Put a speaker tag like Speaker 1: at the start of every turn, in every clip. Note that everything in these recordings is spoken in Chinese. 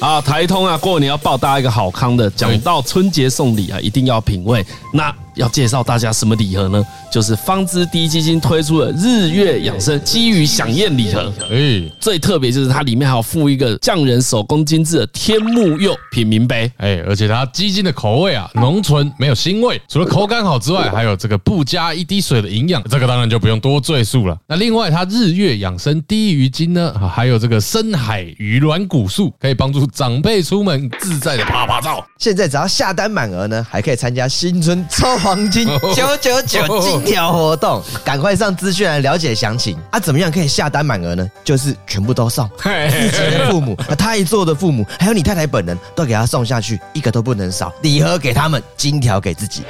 Speaker 1: 啊，台通啊，过年要报大家一个好康的。讲到春节送礼啊，一定要品味。那要介绍大家什么礼盒呢？就是方知第一基金推出的日月养生基于响宴礼盒。
Speaker 2: 哎
Speaker 1: 最特别就是它里面还有附一个匠人手工精致的天目釉品茗 杯。
Speaker 2: 哎，而且它鸡精的口味啊，浓醇没有腥味，除了口感好之外，还有这个不加一滴水的营养，这个当然就不用多赘述了。那另外，它日月养生低鱼精呢，啊还有这个深海鱼软骨素，可以帮助长辈出门自在的啪啪照。
Speaker 3: 现在只要下单满额呢，还可以参加新春抽黄金九九九金条活动，赶快上资讯来了解详情啊！怎么样可以下单满额呢？就是全部都送，自己的父母、啊他一做的父母，还有你太太本人都给他送下去，一个都不能少，礼盒给他们，金条给自己。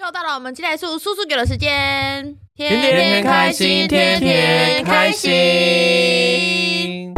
Speaker 4: 又到了我们鸡来素叔叔给的时间，天
Speaker 5: 天开心天天开
Speaker 4: 心。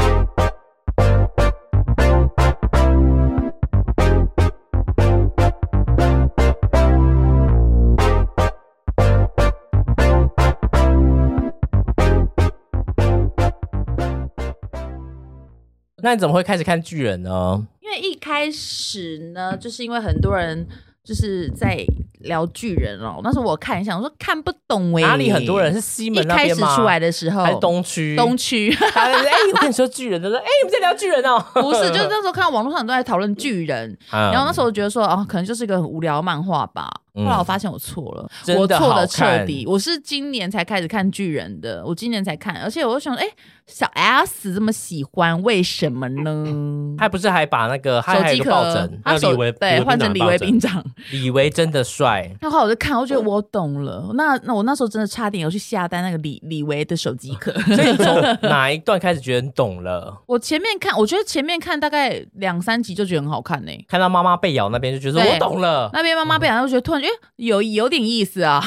Speaker 5: 那你怎么会开始看巨人呢？
Speaker 4: 因为一开始呢，就是因为很多人就是在聊巨人哦，那时候我看一下，我说看不懂哎、
Speaker 5: 哪里很多人是西
Speaker 4: 一
Speaker 5: 门那
Speaker 4: 开始
Speaker 5: 边吗？
Speaker 4: 出来的时候，
Speaker 5: 还是东区？
Speaker 4: 东区
Speaker 5: 他在那边。哎，我跟你说巨人，他说哎，你们在聊巨人哦？嗯
Speaker 4: 不是，就是那时候看到网络上很多人在讨论巨人，
Speaker 5: 然
Speaker 4: 然后那时候我觉得说，哦，可能就是一个很无聊的漫画吧。后
Speaker 5: 嗯
Speaker 4: 来我发现我错了，
Speaker 5: 真的
Speaker 4: 我错
Speaker 5: 好
Speaker 4: 的彻
Speaker 5: 看
Speaker 4: 底。我是今年才开始看巨人的，我今年才看，而且我就想，哎、小 S 这么喜欢，为什么呢？
Speaker 5: 他不是还把那个他
Speaker 4: 手
Speaker 5: 还有一
Speaker 4: 机
Speaker 5: 个
Speaker 4: 壳
Speaker 5: 抱枕，，
Speaker 4: 他
Speaker 6: 那
Speaker 4: 手
Speaker 6: 李维
Speaker 4: 对换成李
Speaker 6: 李
Speaker 4: 维
Speaker 6: 维
Speaker 4: 兵
Speaker 6: 兵
Speaker 4: 长。
Speaker 5: 李维真 的帅。
Speaker 4: 然后我就看，我觉得我懂了。那那我那时候真的差点有去下单那个李李维的手机 壳。
Speaker 5: 所以你从哪一段开始觉得你懂了？
Speaker 4: 我前面看，我觉得前面看大概两三集就觉得很好看呢、
Speaker 5: 看到妈妈被咬那边就觉得
Speaker 4: 对
Speaker 5: 我懂了。
Speaker 4: 那边妈妈被咬，就觉得突然觉得诶有有点意思啊，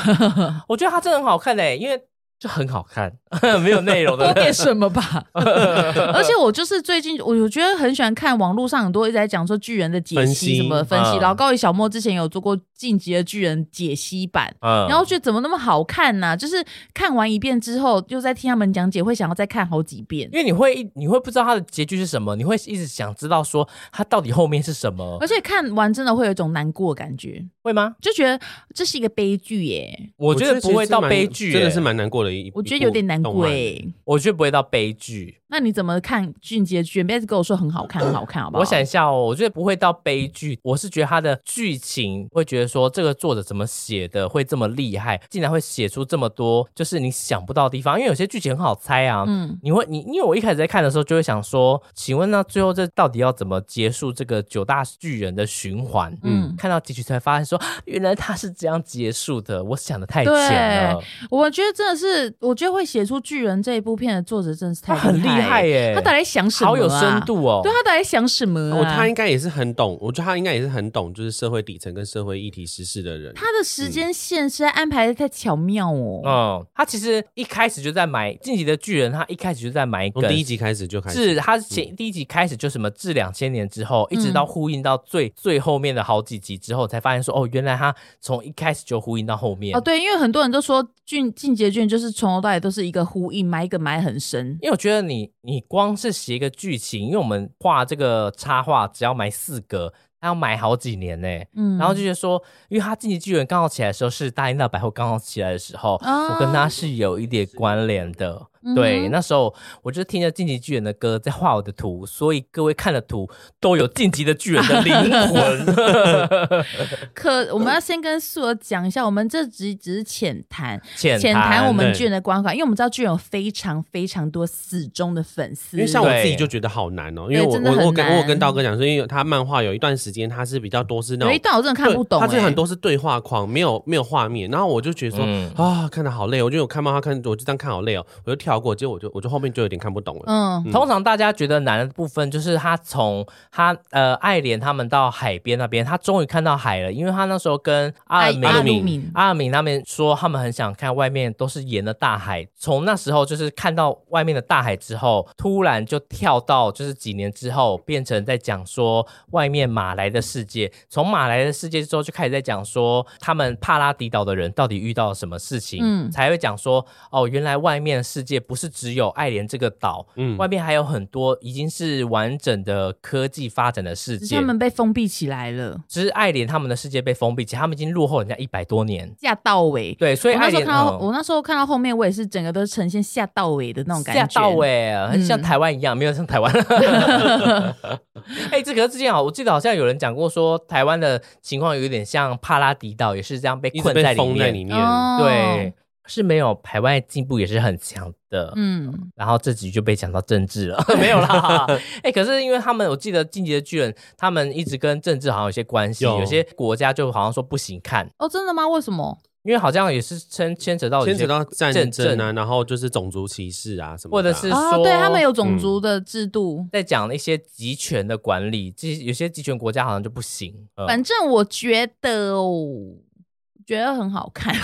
Speaker 5: 我觉得他真的很好看嘞，因为就很好看， 没有内容
Speaker 4: 多
Speaker 5: 的。
Speaker 4: 点什么吧。而且我就是最近，我我觉得很喜欢看网络上很多一直在讲说巨人的解
Speaker 6: 分
Speaker 4: 析
Speaker 6: 析
Speaker 4: 什么分析，
Speaker 5: 嗯
Speaker 4: 然后高以小莫之前有做过《进击的巨人》解析版。
Speaker 5: 嗯
Speaker 4: 然后觉得怎么那么好看呢、就是看完一遍之后，又在听他们讲解，会想要再看好几遍。
Speaker 5: 因为你会一你会不知道他的结局是什么，你会一直想知道说他到底后面是什么
Speaker 4: 而，且看完真的会有一种难过的感觉，
Speaker 5: 会吗？
Speaker 4: 就觉得这是一个悲剧耶，
Speaker 5: 我觉得不会到悲剧、
Speaker 6: 其实蛮真的是
Speaker 5: 欸
Speaker 6: 蛮难过的一，
Speaker 4: 我觉得有点难过欸
Speaker 6: 哎。
Speaker 4: 耶。
Speaker 5: 我觉得不会到悲剧。
Speaker 4: 那你怎么看《俊杰剧》？别一直跟我说很好看，很好看，好不好？
Speaker 5: 我想一下哦，我觉得不会到悲剧，我是觉得他的剧情会觉得说这个作者怎么写的会这么厉害，竟然会写出这么多就是你想不到的地方，因为有些剧情很好猜啊。
Speaker 4: 嗯，
Speaker 5: 你会你因为我一开始在看的时候就会想说，请问那最后这到底要怎么结束这个九大巨人的循环？
Speaker 4: 嗯
Speaker 5: 嗯，看到结局才发现说，啊原来他是这样结束的，我想的太浅了，
Speaker 4: 我觉得真的是，我觉得会写出《巨人》这一部片的作者真的是太
Speaker 5: 他很厉害
Speaker 4: 耶，
Speaker 5: 耶，
Speaker 4: 他到底在想什么、啊？
Speaker 5: 好有深、度哦，
Speaker 4: 对他到底在想什么、啊？
Speaker 6: 哦，他应该也是很懂，我觉得他应该也是很懂，就是社会底层跟社会议题时事的人。
Speaker 4: 他的时间线实在安排的太巧妙哦。
Speaker 5: 嗯，他其实一开始就在埋《晋级的巨人》，他一开始就在埋
Speaker 6: 从
Speaker 5: 梗。
Speaker 6: 第一集开始就开
Speaker 5: 是
Speaker 6: 始，嗯
Speaker 5: 他前第一集开始就什么至两千年之后，一直
Speaker 4: 嗯
Speaker 5: 到呼应到最、最后面的好几集之后，才发现说哦，原来他从一开始就呼应到后面。
Speaker 4: 哦，对，因为很多人都说《俊进阶卷》就是从头到尾都是一个呼应，埋一个埋很深。
Speaker 5: 因为我觉得你你光是写一个剧情，因为我们画这个插画只要买四格，他要买好几年呢、
Speaker 4: 嗯
Speaker 5: 然后就觉得说，因为他晋级巨人刚好起来的时候是大英大百货刚好起来的时候，
Speaker 4: 啊
Speaker 5: 我跟他是有一点关联的。
Speaker 4: 嗯哼
Speaker 5: 对，那时候我就听着晋级巨人的歌，在画我的图，所以各位看的图都有晋级的巨人的灵魂。
Speaker 4: 可我们要先跟素儿讲一下，我们这集只是浅谈，
Speaker 5: 浅
Speaker 4: 浅谈我们
Speaker 6: 对
Speaker 4: 巨人的观感，因为我们知道巨人有非常非常多死忠的粉丝，
Speaker 6: 因为像我自己
Speaker 5: 对
Speaker 6: 就觉得好难哦，因
Speaker 4: 对
Speaker 6: 为我
Speaker 4: 真的
Speaker 6: 我
Speaker 4: 很
Speaker 6: 我跟
Speaker 4: 难
Speaker 6: 我有跟道哥讲说，因为他漫画有一段时间他是比较多是那
Speaker 4: 有
Speaker 6: 种
Speaker 4: 一段我真的看不懂、欸，
Speaker 6: 对他这很多是对话框，没有没有画面。然后我就觉得说、
Speaker 5: 嗯
Speaker 6: 啊，看的好累，我就有看漫画看，我就这样看好累哦，我就跳过，结果我就我就后面就有点看不懂了。
Speaker 4: 嗯，
Speaker 5: 通常大家觉得难的部分，就是他从他呃爱莲他们到海边那边，他终于看到海了，因为他那时候跟阿尔敏
Speaker 4: 阿
Speaker 6: 阿
Speaker 4: 鲁
Speaker 6: 鲁敏
Speaker 4: 敏，
Speaker 5: 阿尔敏那边说，他们很想看外面都是盐的大海。从那时候就是看到外面的大海之后，突然就跳到就是几年之后，变成在讲说外面马来来的世界。从马来的世界之后，就开始在讲说他们帕拉迪岛的人到底遇到了什么事情，
Speaker 4: 嗯
Speaker 5: 才会讲说哦，原来外面的世界不是只有爱莲这个岛，
Speaker 6: 嗯
Speaker 5: 外面还有很多已经是完整的科技发展的世
Speaker 4: 只是
Speaker 5: 界
Speaker 4: 他。们被封闭起来了，
Speaker 5: 只是爱莲他们的世界被封闭，其实他们已经落后人家一百多年。
Speaker 4: 吓到尾。
Speaker 5: 对，所以
Speaker 4: 我那
Speaker 5: 爱
Speaker 4: 时候
Speaker 5: 莲
Speaker 4: 看到，
Speaker 5: 嗯
Speaker 4: 我那时候看到后面，我也是整个都呈现吓到尾的那种感觉。嗯
Speaker 5: 吓到哎、很像台湾一样，没有像台 湾。哎、这个之前好，我记得好像有人讲过说，台湾的情况有点像帕拉迪岛，也是这样被
Speaker 6: 一直
Speaker 5: 困在
Speaker 6: 被
Speaker 5: 里
Speaker 6: 封在里
Speaker 5: 面。
Speaker 6: 面。
Speaker 4: 哦
Speaker 5: 对，，是没有台湾的进步也是很强的。
Speaker 4: 嗯，
Speaker 5: 然后这集就被讲到政 治了， 没有啦。哎、可是因为他们，我记得《进击的巨人》，他们一直跟政治好像有些关系，
Speaker 6: 有
Speaker 5: 有些国家就好像说不行看，
Speaker 4: 哦，真的吗？为什么？
Speaker 5: 因为好像也是牵牵扯到有
Speaker 6: 牵扯
Speaker 5: 哦些
Speaker 6: 到战
Speaker 5: 政
Speaker 6: 争啊，
Speaker 5: 政
Speaker 6: 然后就是种族歧视啊什么
Speaker 5: 或
Speaker 6: 的啊，
Speaker 5: 者是
Speaker 4: 啊，
Speaker 5: 说嗯
Speaker 4: 对他们有种族的制度。
Speaker 5: 在讲一些集权的管理，这些有些集权国家好像就不行。呃
Speaker 4: 反正我觉得哦，觉得很好 看。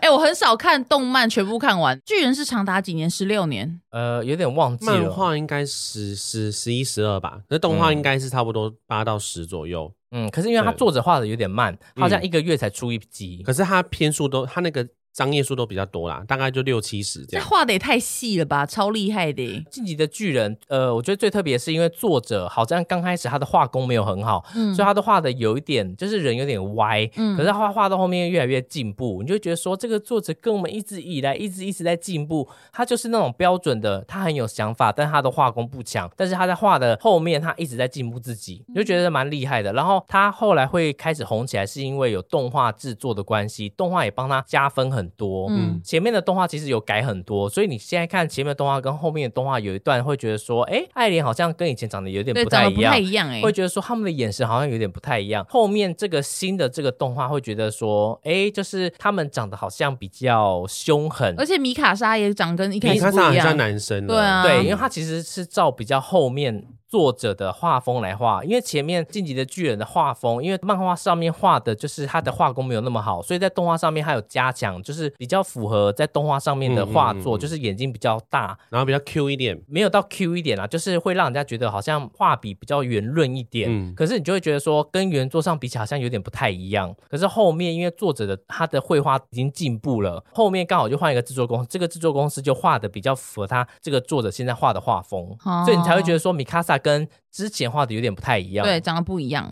Speaker 4: 哎、我很少看动漫，全部看完。巨人是长达几年？十六年。
Speaker 5: 呃，有点忘记
Speaker 4: 哦
Speaker 6: 漫
Speaker 5: 了。
Speaker 6: 画应该十十十一十二吧，那动画
Speaker 5: 嗯
Speaker 6: 应该是差不多八到十左右。
Speaker 5: 嗯，可是因为他
Speaker 6: 对
Speaker 5: 作者画的有点慢，好像
Speaker 6: 嗯
Speaker 5: 一个月才出一集
Speaker 6: 可。是它篇数都，它那个章页数都比较多啦，大概就六七十这
Speaker 4: 这
Speaker 6: 样。
Speaker 4: 画的也太细了吧，超厉害的欸耶。
Speaker 5: 晋级的巨人，呃，我觉得最特别是因为作者好像刚开始他的画工没有很好，
Speaker 4: 嗯
Speaker 5: 所以他的画的有一点就是人有点歪，
Speaker 4: 嗯
Speaker 5: 可是他画画到后面越来越进步，你就会觉得说这个作者跟我们一直以来一直一直在进步，他就是那种标准的，他很有想法，但他的画工不强，但是他在画的后面他一直在进步自己，你就觉
Speaker 4: 嗯
Speaker 5: 得蛮厉害的。然后他后来会开始红起来，是因为有动画制作的关系，动画也帮他加分很多，
Speaker 4: 嗯
Speaker 5: 前面的动画其实有改很多，所以你现在看前面的动画跟后面的动画有一段会觉得说，哎，爱莲好像跟以前长得有点
Speaker 4: 对，
Speaker 5: 不
Speaker 4: 长
Speaker 5: 太
Speaker 4: 得
Speaker 5: 一
Speaker 4: 不
Speaker 5: 样
Speaker 4: 太，一样哎、
Speaker 5: 会觉得说他们的眼神好像有点不太一样。后面这个新的这个动画会觉得说，哎，就是他们长得好像比较凶狠
Speaker 4: 而，且米卡莎也长跟一开
Speaker 6: 你
Speaker 4: 始
Speaker 6: 看
Speaker 4: 不
Speaker 6: 上
Speaker 4: 一
Speaker 6: 很像
Speaker 4: 样。
Speaker 6: 男生了，
Speaker 4: 对啊
Speaker 5: 对，因为它其实是照比较后面。作者的画风来画，因为前面《晋级的巨人》的画风，因为漫画上面画的就是他的画工没有那么好，所以在动画上面还有加强，就是比较符合在动画上面的画作，
Speaker 6: 嗯嗯嗯嗯
Speaker 5: 就是眼睛比较大，
Speaker 6: 然后比较 Q 一点，
Speaker 5: 没有到 Q 一点啦，就是会让人家觉得好像画笔比较圆润一点，
Speaker 6: 嗯
Speaker 5: 可是你就会觉得说跟原作上比起来好像有点不太一样。可是后面因为作者的他的绘画已经进步了，后面刚好就换一个制作公司，这个制作公司就画的比较符合他这个作者现在画的画风，
Speaker 4: 哦
Speaker 5: 所以你才会觉得说米卡萨跟之前画的有点不太一样。
Speaker 4: 对，长得不一样。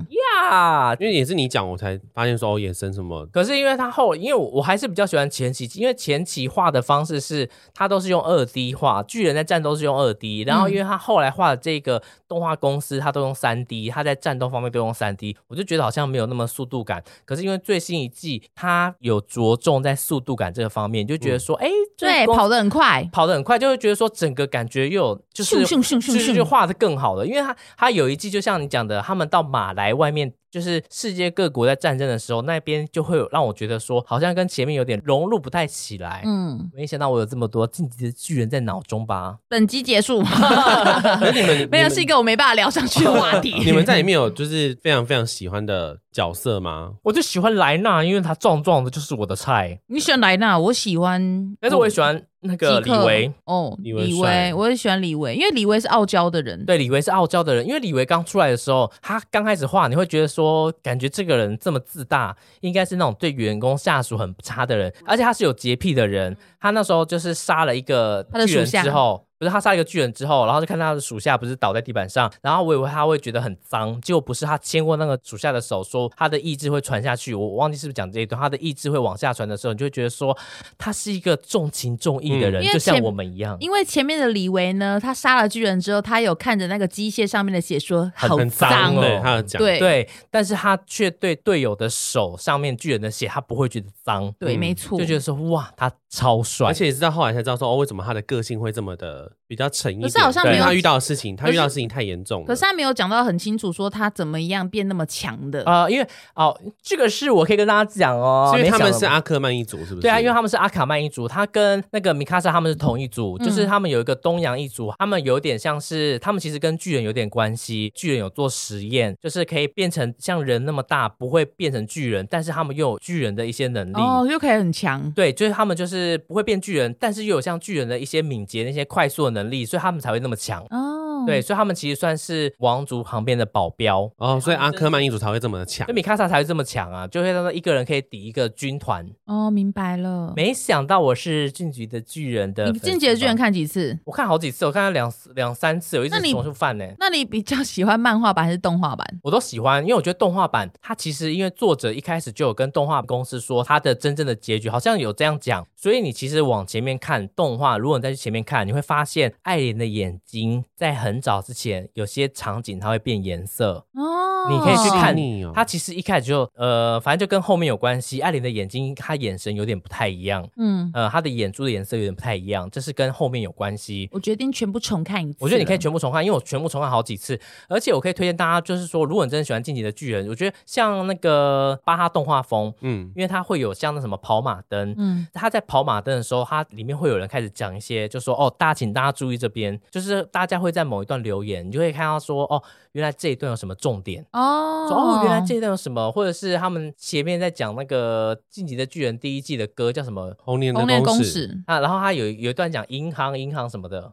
Speaker 5: 呀，
Speaker 6: 因为也是你讲我才发现说哦，衍生 什么
Speaker 5: 可是因为他后，因为我我还是比较喜欢前期，因为前期画的方式是他都是用二 D 画，巨人在战斗是用二 D，然
Speaker 4: 嗯
Speaker 5: 后因为他后来画的这个动画公司，他都用三 D，他在战斗方面都用三 D，我就觉得好像没有那么速度感。可是因为最新一季，他有着重在速度感这个方面，你就觉得说，哎、这
Speaker 4: 嗯对，
Speaker 5: 公司
Speaker 4: 跑得很快。
Speaker 5: 跑得很快，就会觉得说整个感觉又有就是
Speaker 4: 咻咻咻咻
Speaker 5: 就是
Speaker 4: 咻
Speaker 5: 就画的更好了，因为他他有一季就像你讲的，他们到马来外面。就是世界各国在战争的时候，那边就会有让我觉得说，好像跟前面有点融入不太起来。
Speaker 4: 嗯，
Speaker 5: 没想到我有这么多晋级的巨人在脑中吧？
Speaker 4: 本集结 束。
Speaker 6: 你们
Speaker 4: 没有
Speaker 6: 你们
Speaker 4: 是一个我没办法聊上去的话 题。
Speaker 6: 你们在里面有就是非常非常喜欢的角色吗？
Speaker 5: 我就喜欢莱纳，因为他壮壮的，就是我的菜。
Speaker 4: 你喜欢莱纳，我喜欢，
Speaker 5: 但是我也喜欢那个
Speaker 4: 基
Speaker 5: 李
Speaker 4: 克
Speaker 5: 维，
Speaker 4: 哦，
Speaker 6: 李维
Speaker 4: 李
Speaker 6: 帅
Speaker 4: 维，我也喜欢李维，因为李维是傲娇的人。
Speaker 5: 对，李维是傲娇的人，因为李维刚出来的时候，他刚开始画，你会觉得说，感觉这个人这么自大，应该是那种对员工下属很差的人，而且他是有洁癖的人。他那时候就是杀了一个
Speaker 4: 他的
Speaker 5: 巨人
Speaker 4: 属下
Speaker 5: 之后，不是他杀了一个巨人之后，然后就看他的属下不是倒在地板上，然后我以为他会觉得很脏，结果不是，他牵过那个属下的手，说他的意志会传下去。我我忘记是不是讲这一段，他的意志会往下传的时候，你就会觉得说，他是一个重情重义的
Speaker 6: 嗯
Speaker 5: 人，
Speaker 4: 因为
Speaker 5: 就像
Speaker 4: 前
Speaker 5: 我们一样。
Speaker 4: 因为前面的李维呢，他杀了巨人之后，他有看着那个机械上面的血说
Speaker 6: 很
Speaker 4: 好
Speaker 6: 很
Speaker 4: 脏
Speaker 5: 哦
Speaker 6: 对，他有讲，
Speaker 4: 对
Speaker 5: 对，但是他却对队友的手上面巨人的血，他不会觉得脏，
Speaker 4: 对，
Speaker 6: 嗯
Speaker 4: 没错，
Speaker 5: 就觉得说哇，他超帅，
Speaker 6: 而且也是到后来才知道说哦，为什么他的个性会这么的比较沉一点？
Speaker 4: 可是好像
Speaker 5: 没有
Speaker 6: 因为他遇到的事情，他
Speaker 4: 可是
Speaker 6: 遇到的事情太严重了。
Speaker 4: 可是他没有讲到很清楚，说他怎么样变那么强的。
Speaker 5: 啊、因为哦，这个是我可以跟大家讲哦，
Speaker 6: 是因为他
Speaker 5: 没
Speaker 6: 们
Speaker 5: 想
Speaker 6: 是
Speaker 5: 到
Speaker 6: 阿克曼一族，是不是？
Speaker 5: 对啊，因为他们是阿卡曼一族，他跟那个米卡莎他们是同一组，
Speaker 4: 嗯
Speaker 5: 就是他们有一个东洋一族，他们有点像是他们其实跟巨人有点关系，巨人有做实验，就是可以变成像人那么大，不会变成巨人，但是他们又有巨人的一些能力。
Speaker 4: 哦，又可以很强，
Speaker 5: 对，就是他们就是不会变巨人，但是又有像巨人的一些敏捷、那些快速的能力，所以他们才会那么强。
Speaker 4: 哦，
Speaker 5: 对，所以他们其实算是王族旁边的保镖。
Speaker 6: 哦，所以阿科曼一族才会这么的强
Speaker 5: 所以。米卡萨才会这么强啊，就会让他一个人可以抵一个军团。
Speaker 4: 哦，明白了。
Speaker 5: 没想到我是俊杰的巨人的，
Speaker 4: 你进击的巨人，看几次？
Speaker 5: 我看好几次，我看了两两三次，我一
Speaker 4: 那你
Speaker 5: 直重复犯呢、
Speaker 4: 那你比较喜欢漫画版还是动画版？
Speaker 5: 我都喜欢，因为我觉得动画版它其实因为作者一开始就有跟动画公司说它的真正的结局，好像有这样讲，所以你其实往前面看动画，如果你再去前面看，你会发现爱莲的眼睛在很早之前有些场景它会变颜色，
Speaker 4: 哦，
Speaker 5: 你可以去
Speaker 6: 好
Speaker 5: 看
Speaker 6: 细腻哦
Speaker 5: 它其实一开始就呃，反正就跟后面有关系，爱莲的眼睛她眼神有点不太一样，
Speaker 4: 嗯，
Speaker 5: 呃，她的眼珠的颜色有点不太一样，这是跟后面有关系。
Speaker 4: 我决定全部重看一次。
Speaker 5: 我觉得你可以全部重看，因为我全部重看好几次，而且我可以推荐大家，就是说，如果你真的喜欢《进击的巨人》，我觉得像那个巴哈动画风，
Speaker 6: 嗯，
Speaker 5: 因为它会有像那什么跑马灯，
Speaker 4: 嗯，
Speaker 5: 他在跑马灯的时候，它里面会有人开始讲一些，就说哦，大家请大家注意这边，就是大家会在某一段留言，你就会看到说哦，原来这一段有什么重点。
Speaker 4: 哦，
Speaker 5: 说哦，原来这一段有什么，或者是他们前面在讲那个《进击的巨人》第一季的歌叫什么
Speaker 6: 红莲
Speaker 4: 红莲
Speaker 6: 的
Speaker 4: 公
Speaker 6: 使，
Speaker 4: 使，
Speaker 5: 啊？然后他有有一段讲银行、银行什么的，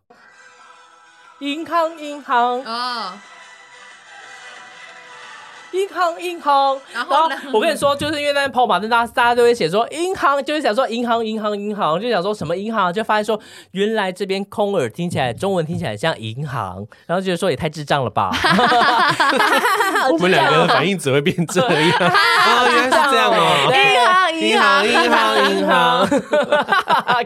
Speaker 5: 银行、银行、
Speaker 4: 哦，
Speaker 5: 银行银行，
Speaker 4: 然
Speaker 5: 然
Speaker 4: 后
Speaker 5: 后
Speaker 4: 呢
Speaker 5: 我跟你说，就是因为那边跑马灯，大家大家都会写说银行，就是想说银行银行银行，就想说什么银行，就发现说原来这边空耳听起来中文听起来像银行，然后觉得说也太智障了吧，
Speaker 6: 我们两个的反应只会变这 样啊，原来是这样哦。
Speaker 4: 银行银行
Speaker 6: 银行 银行，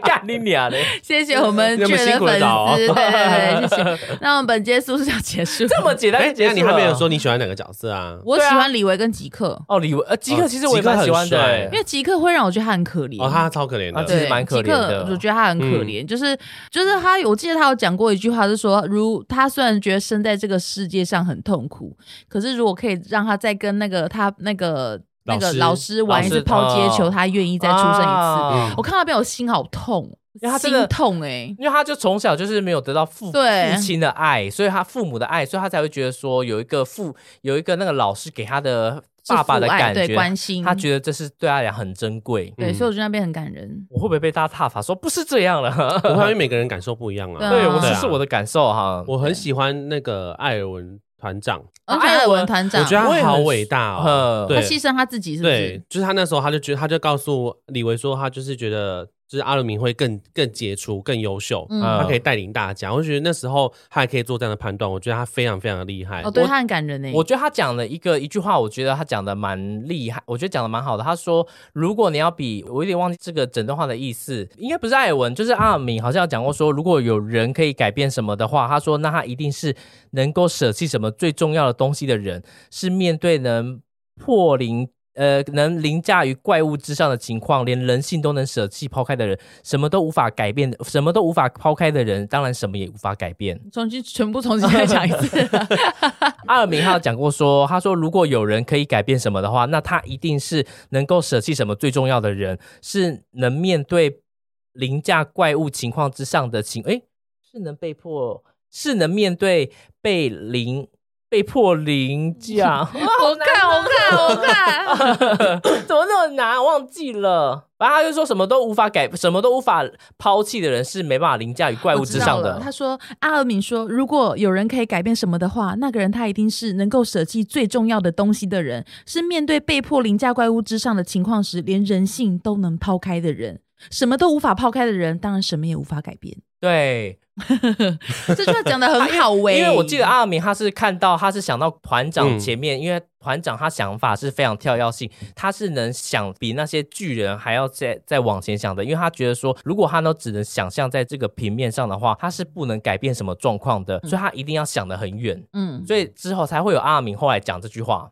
Speaker 5: 干你娘嘞！
Speaker 4: 谢谢我们巨人的粉
Speaker 6: 你们辛苦了哦
Speaker 4: 丝，对对对，谢谢。 那我们本节速是要结束，
Speaker 5: 这么简单
Speaker 6: 哎，
Speaker 5: 就结
Speaker 6: 等
Speaker 5: 束了，
Speaker 6: 一下你还没有说你喜欢哪个角色啊？
Speaker 4: 我喜欢李维跟吉克，
Speaker 5: 哦，李维呃吉克，其实我也蛮喜欢的、欸
Speaker 6: 吉克很帅
Speaker 4: 因为吉克会让我觉得他很可怜。
Speaker 6: 哦，他超可怜
Speaker 5: 啊
Speaker 6: 的
Speaker 5: 对。其
Speaker 4: 对，
Speaker 5: 实蛮可
Speaker 4: 吉
Speaker 5: 怜的嗯
Speaker 4: 克我觉得他很可怜，就是就是他，我记得他有讲过一句话，是说，如他虽然觉得生在这个世界上很痛苦，可是如果可以让他再跟那个他那个那个
Speaker 6: 老师
Speaker 4: 老师玩一次
Speaker 5: 老师
Speaker 4: 抛接球，
Speaker 5: 哦
Speaker 4: 他愿意再出生一次。
Speaker 5: 啊
Speaker 4: 我看到那边我心好痛，
Speaker 5: 因为他真
Speaker 4: 心
Speaker 5: 的
Speaker 4: 痛哎、
Speaker 5: 因为他就从小就是没有得到父
Speaker 4: 对
Speaker 5: 父亲的爱，所以他父母的爱，所以他才会觉得说有一个父有一个那个老师给他的
Speaker 4: 是
Speaker 5: 爸爸的
Speaker 4: 父爱
Speaker 5: 感觉，
Speaker 4: 对关心，
Speaker 5: 他觉得嗯这是对他来讲很珍贵。
Speaker 4: 对，所以我觉得那边很感人。
Speaker 5: 我会不会被大家踏伐说不是这样了？
Speaker 6: 我发现每个人感受不一样啊。
Speaker 4: 对
Speaker 5: 对
Speaker 4: 啊
Speaker 5: 我
Speaker 6: 对
Speaker 5: 这
Speaker 6: 啊
Speaker 5: 是我的感受哈。
Speaker 6: 我很喜欢那个艾尔文团长，
Speaker 4: 而且
Speaker 5: 哦啊艾
Speaker 4: 艾
Speaker 5: 尔
Speaker 4: 尔文
Speaker 5: 文
Speaker 4: 团长，
Speaker 6: 我觉得
Speaker 5: 我也
Speaker 6: 他
Speaker 5: 很欸
Speaker 6: 好伟大哦
Speaker 5: 呃。
Speaker 6: 对
Speaker 4: 他牺牲他自己是不
Speaker 6: 对
Speaker 4: 是？，
Speaker 6: 就是他那时候他就觉得，他就告诉李维说，他就是觉得就是阿鲁明会更更杰出、更优秀，
Speaker 4: 嗯
Speaker 5: 呃
Speaker 6: 他可以带领大家。我觉得那时候他还可以做这样的判断，我觉得他非常非常的厉害。
Speaker 4: 哦，对
Speaker 6: 我
Speaker 4: 他很感人哎、
Speaker 5: 我觉得他讲了一个一句话，我觉得他讲的蛮厉害，我觉得讲的蛮好的。他说，如果你要比，我有点忘记这个整段话的意思，应该不是艾尔文，就是阿尔敏好像有讲过说，如果有人可以改变什么的话，他说那他一定是能够舍弃什么最重要的东西的人，是面对能破零。呃，能凌驾于怪物之上的情况，连人性都能舍弃抛开的人，什么都无法改变的，什么都无法抛开的人，当然什么也无法改变。
Speaker 4: 重新全部重新再讲一 次，
Speaker 5: 阿尔明他有讲过说，他说如果有人可以改变什么的话，那他一定是能够舍弃什么最重要的人，是能面对凌驾怪物情况之上的情，诶，是能被迫，是能面对被凌被迫 凌驾。哦
Speaker 4: 我看，我看，我看。
Speaker 5: 怎么那么难？忘记了。反正他就说什么都无法改，什么都无法抛弃的人是没办法凌驾于怪物
Speaker 4: 我知
Speaker 5: 之
Speaker 4: 道
Speaker 5: 上
Speaker 4: 了
Speaker 5: 的。
Speaker 4: 他说：“阿尔敏说，如果有人可以改变什么的话，那个人他一定是能够舍弃最重要的东西的人，是面对被迫凌驾怪物之上的情况时，连人性都能抛开的人。”什么都无法抛开的人，当然什么也无法改变。
Speaker 5: 对，
Speaker 4: 这句话讲的很好欸喂、嗯
Speaker 5: 因为我记得阿尔明他是看到，他是想到团长前面，因为团长他想法是非常跳跃性，他是能想比那些巨人还要再再往前想的，因为他觉得说，如果他都只能想象在这个平面上的话，他是不能改变什么状况的，所以他一定要想得很远，
Speaker 4: 嗯，
Speaker 5: 所以之后才会有阿尔明后来讲这句话。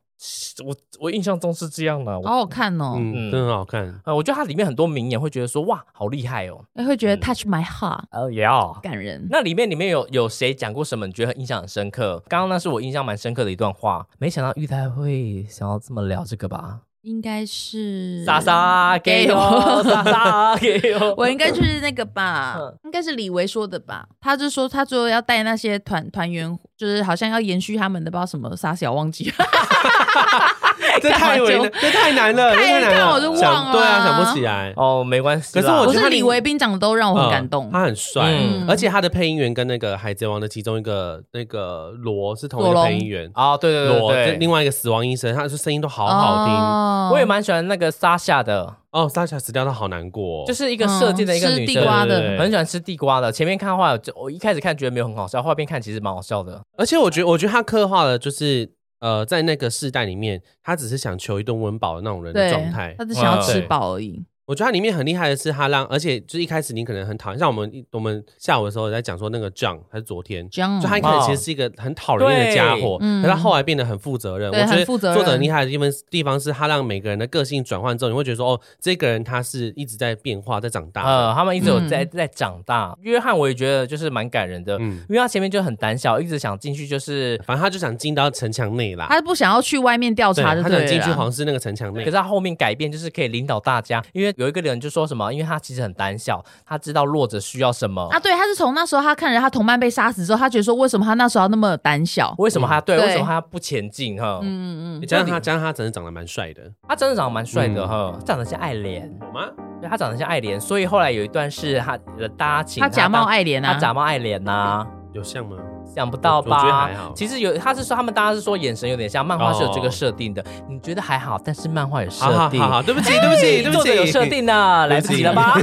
Speaker 5: 我我印象中是这样的，我、
Speaker 4: 好好看哦，
Speaker 6: 嗯，真的很 好看。
Speaker 5: 呃我觉得它里面很多名言会觉得说，哇，好厉害哦，
Speaker 4: 哎会觉得 touch my heart，
Speaker 5: 哦也要。
Speaker 4: 感人。
Speaker 5: 那里面里面有有谁讲过什么？你觉得很印象很深刻？刚刚那是我印象蛮深刻的一段话，没想到玉太会想要这么聊这个吧？
Speaker 4: 应该是
Speaker 5: 莎莎给我，莎莎给我。
Speaker 4: 我应该就是那个 吧
Speaker 5: 嗯，
Speaker 4: 应该是李维说的吧。他就说他最后要带那些团团员，就是好像要延续他们的，不知道什么啥小忘记了。
Speaker 6: 这太为难，这太难了，这
Speaker 4: 太
Speaker 6: 太难
Speaker 4: 看
Speaker 6: 了，
Speaker 4: 我就忘
Speaker 6: 想对啊，
Speaker 4: 了啊
Speaker 6: 想不起来。
Speaker 5: 哦，没关系啦。
Speaker 6: 可是我
Speaker 4: 不
Speaker 6: 觉得
Speaker 4: 是
Speaker 6: 他
Speaker 4: 李维斌长得都让我很感动
Speaker 6: 嗯。他很帅，
Speaker 5: 嗯
Speaker 6: 而且他的配音员跟那个《海贼王》的其中一个那个罗是同一
Speaker 4: 罗
Speaker 6: 个
Speaker 4: 龙
Speaker 6: 配音员，
Speaker 5: 哦，对对
Speaker 6: 罗
Speaker 5: 对
Speaker 6: 这
Speaker 5: 对，
Speaker 6: 另外一个死亡医生，他说声音都好好听。
Speaker 4: 哦
Speaker 5: 我也蛮喜欢那个沙夏的，
Speaker 6: 哦，莎莎死掉，他好难过哦，
Speaker 5: 就是一个射箭的一个
Speaker 4: 嗯
Speaker 5: 女
Speaker 4: 吃
Speaker 5: 生
Speaker 4: 地，瓜
Speaker 6: 对对
Speaker 4: 的
Speaker 6: 对
Speaker 5: 很喜欢吃地瓜的。前面看画，我一开始看觉得没有很好笑，后面看其实蛮好笑的。
Speaker 6: 而且我觉得，我觉得他刻画的就是呃，在那个世代里面，他只是想求一顿温饱的那种人的状
Speaker 4: 对
Speaker 6: 态，
Speaker 4: 他。只想要
Speaker 5: 嗯
Speaker 4: 吃
Speaker 6: 对
Speaker 4: 饱而已。
Speaker 6: 我觉得他里面很厉害的是，他让，而且就是一开始你可能很讨厌，像我们我们下午的时候在讲说那个 John 还是昨天。
Speaker 4: John，
Speaker 6: 就他一开始其实是一个很讨人厌的家伙，
Speaker 4: 嗯
Speaker 6: 可是他后来变得很负责任。
Speaker 4: 对
Speaker 6: 我觉得
Speaker 4: 很负责任
Speaker 6: 作者很厉害的地方地方是，他让每个人的个性转换之后，你会觉得说，哦，这个人他是一直在变化，在长大的。
Speaker 5: 呃，他们一直有在、
Speaker 4: 嗯
Speaker 5: 在长大。约翰我也觉得就是蛮感人的，
Speaker 6: 嗯
Speaker 5: 因为他前面就很胆小，一直想进去就是，
Speaker 6: 反正他就想进到城墙内啦。
Speaker 4: 他不想要去外面调
Speaker 6: 对
Speaker 4: 查就
Speaker 6: 他想
Speaker 4: 对
Speaker 6: 进去
Speaker 4: 了啊
Speaker 6: 皇
Speaker 4: 啦。
Speaker 6: 室那个城墙内
Speaker 5: 可是。他后面改变就是可以领导大家。因为有一个人就说什么，因为他其实很胆小，他知道弱者需要什么。
Speaker 4: 啊，对，他是从那时候他看着他同伴被杀死之后，他觉得说为什么他那时候要那么胆小？
Speaker 5: 为什么他对？
Speaker 4: 嗯对
Speaker 5: 为什么他不前进？哈，
Speaker 4: 嗯嗯嗯，
Speaker 6: 加上他，加上他真的长得蛮帅的，
Speaker 5: 他真的长得蛮帅
Speaker 6: 嗯
Speaker 5: 的，哈、他长得像爱莲，
Speaker 6: 好吗？
Speaker 5: 对，他长得像爱莲，所以后来有一段是他大家请
Speaker 4: 他假冒
Speaker 5: 当，
Speaker 4: 爱莲啊，
Speaker 5: 他假冒爱莲呐、
Speaker 6: 有像吗？
Speaker 5: 想不到吧？
Speaker 6: 我觉得还好
Speaker 5: 其实有，他是说他们大家是说眼神有点像，漫画是有这个设定 的。你觉得还好，但是漫画有设
Speaker 6: 好好
Speaker 5: 定。
Speaker 6: 好好，对不起，对不起，对不
Speaker 5: 作者
Speaker 6: 起，
Speaker 5: 有设定的，来不及了吧？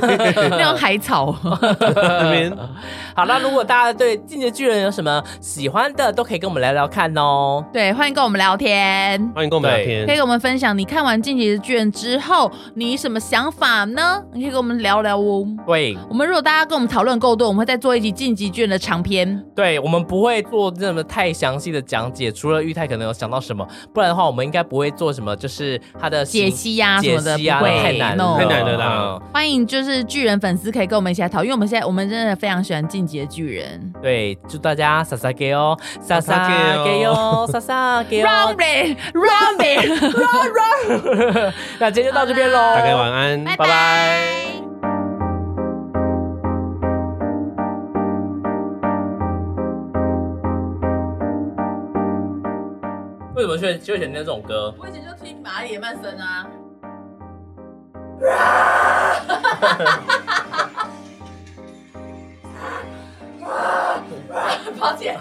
Speaker 4: 那种海草。
Speaker 6: 这边。
Speaker 5: 好，那如果大家对《进击的巨人》有什么喜欢的，都可以跟我们聊聊看哦。
Speaker 4: 对，欢迎跟我们聊天。
Speaker 6: 欢迎跟我们聊天
Speaker 4: 可以。跟我们分享你看完《进击的巨人》之后，你什么想法呢？你可以跟我们聊聊哦。
Speaker 5: 对，
Speaker 4: 我们如果大家跟我们讨论够多，我们会再做一集《进击巨人》的长篇。
Speaker 5: 对我们不会做这么太详细的讲解，除了玉泰可能有想到什么，不然的话，我们应该不会做什么，就是他的
Speaker 4: 解
Speaker 5: 形
Speaker 4: 析呀、什
Speaker 5: 解
Speaker 4: 么的，
Speaker 5: 析啊，
Speaker 4: 不会
Speaker 5: 太难了，
Speaker 4: no
Speaker 6: 太难了啦
Speaker 5: 嗯。
Speaker 4: 欢迎就是巨人粉丝可以跟我们一起来讨论，因为我们现在我们真的非常喜欢《进击的巨人
Speaker 5: 对，祝大家撒撒给哦，撒撒给哦，撒撒 给》。
Speaker 4: Run
Speaker 5: 哦。
Speaker 4: 呗，Run 呗，
Speaker 5: 那今天就到这边喽，
Speaker 6: 大家晚安，
Speaker 4: 拜
Speaker 5: 拜拜。
Speaker 4: 拜。
Speaker 5: 为什么选就选那种歌？
Speaker 4: 我以前就听玛丽莲曼森啊。 抱歉。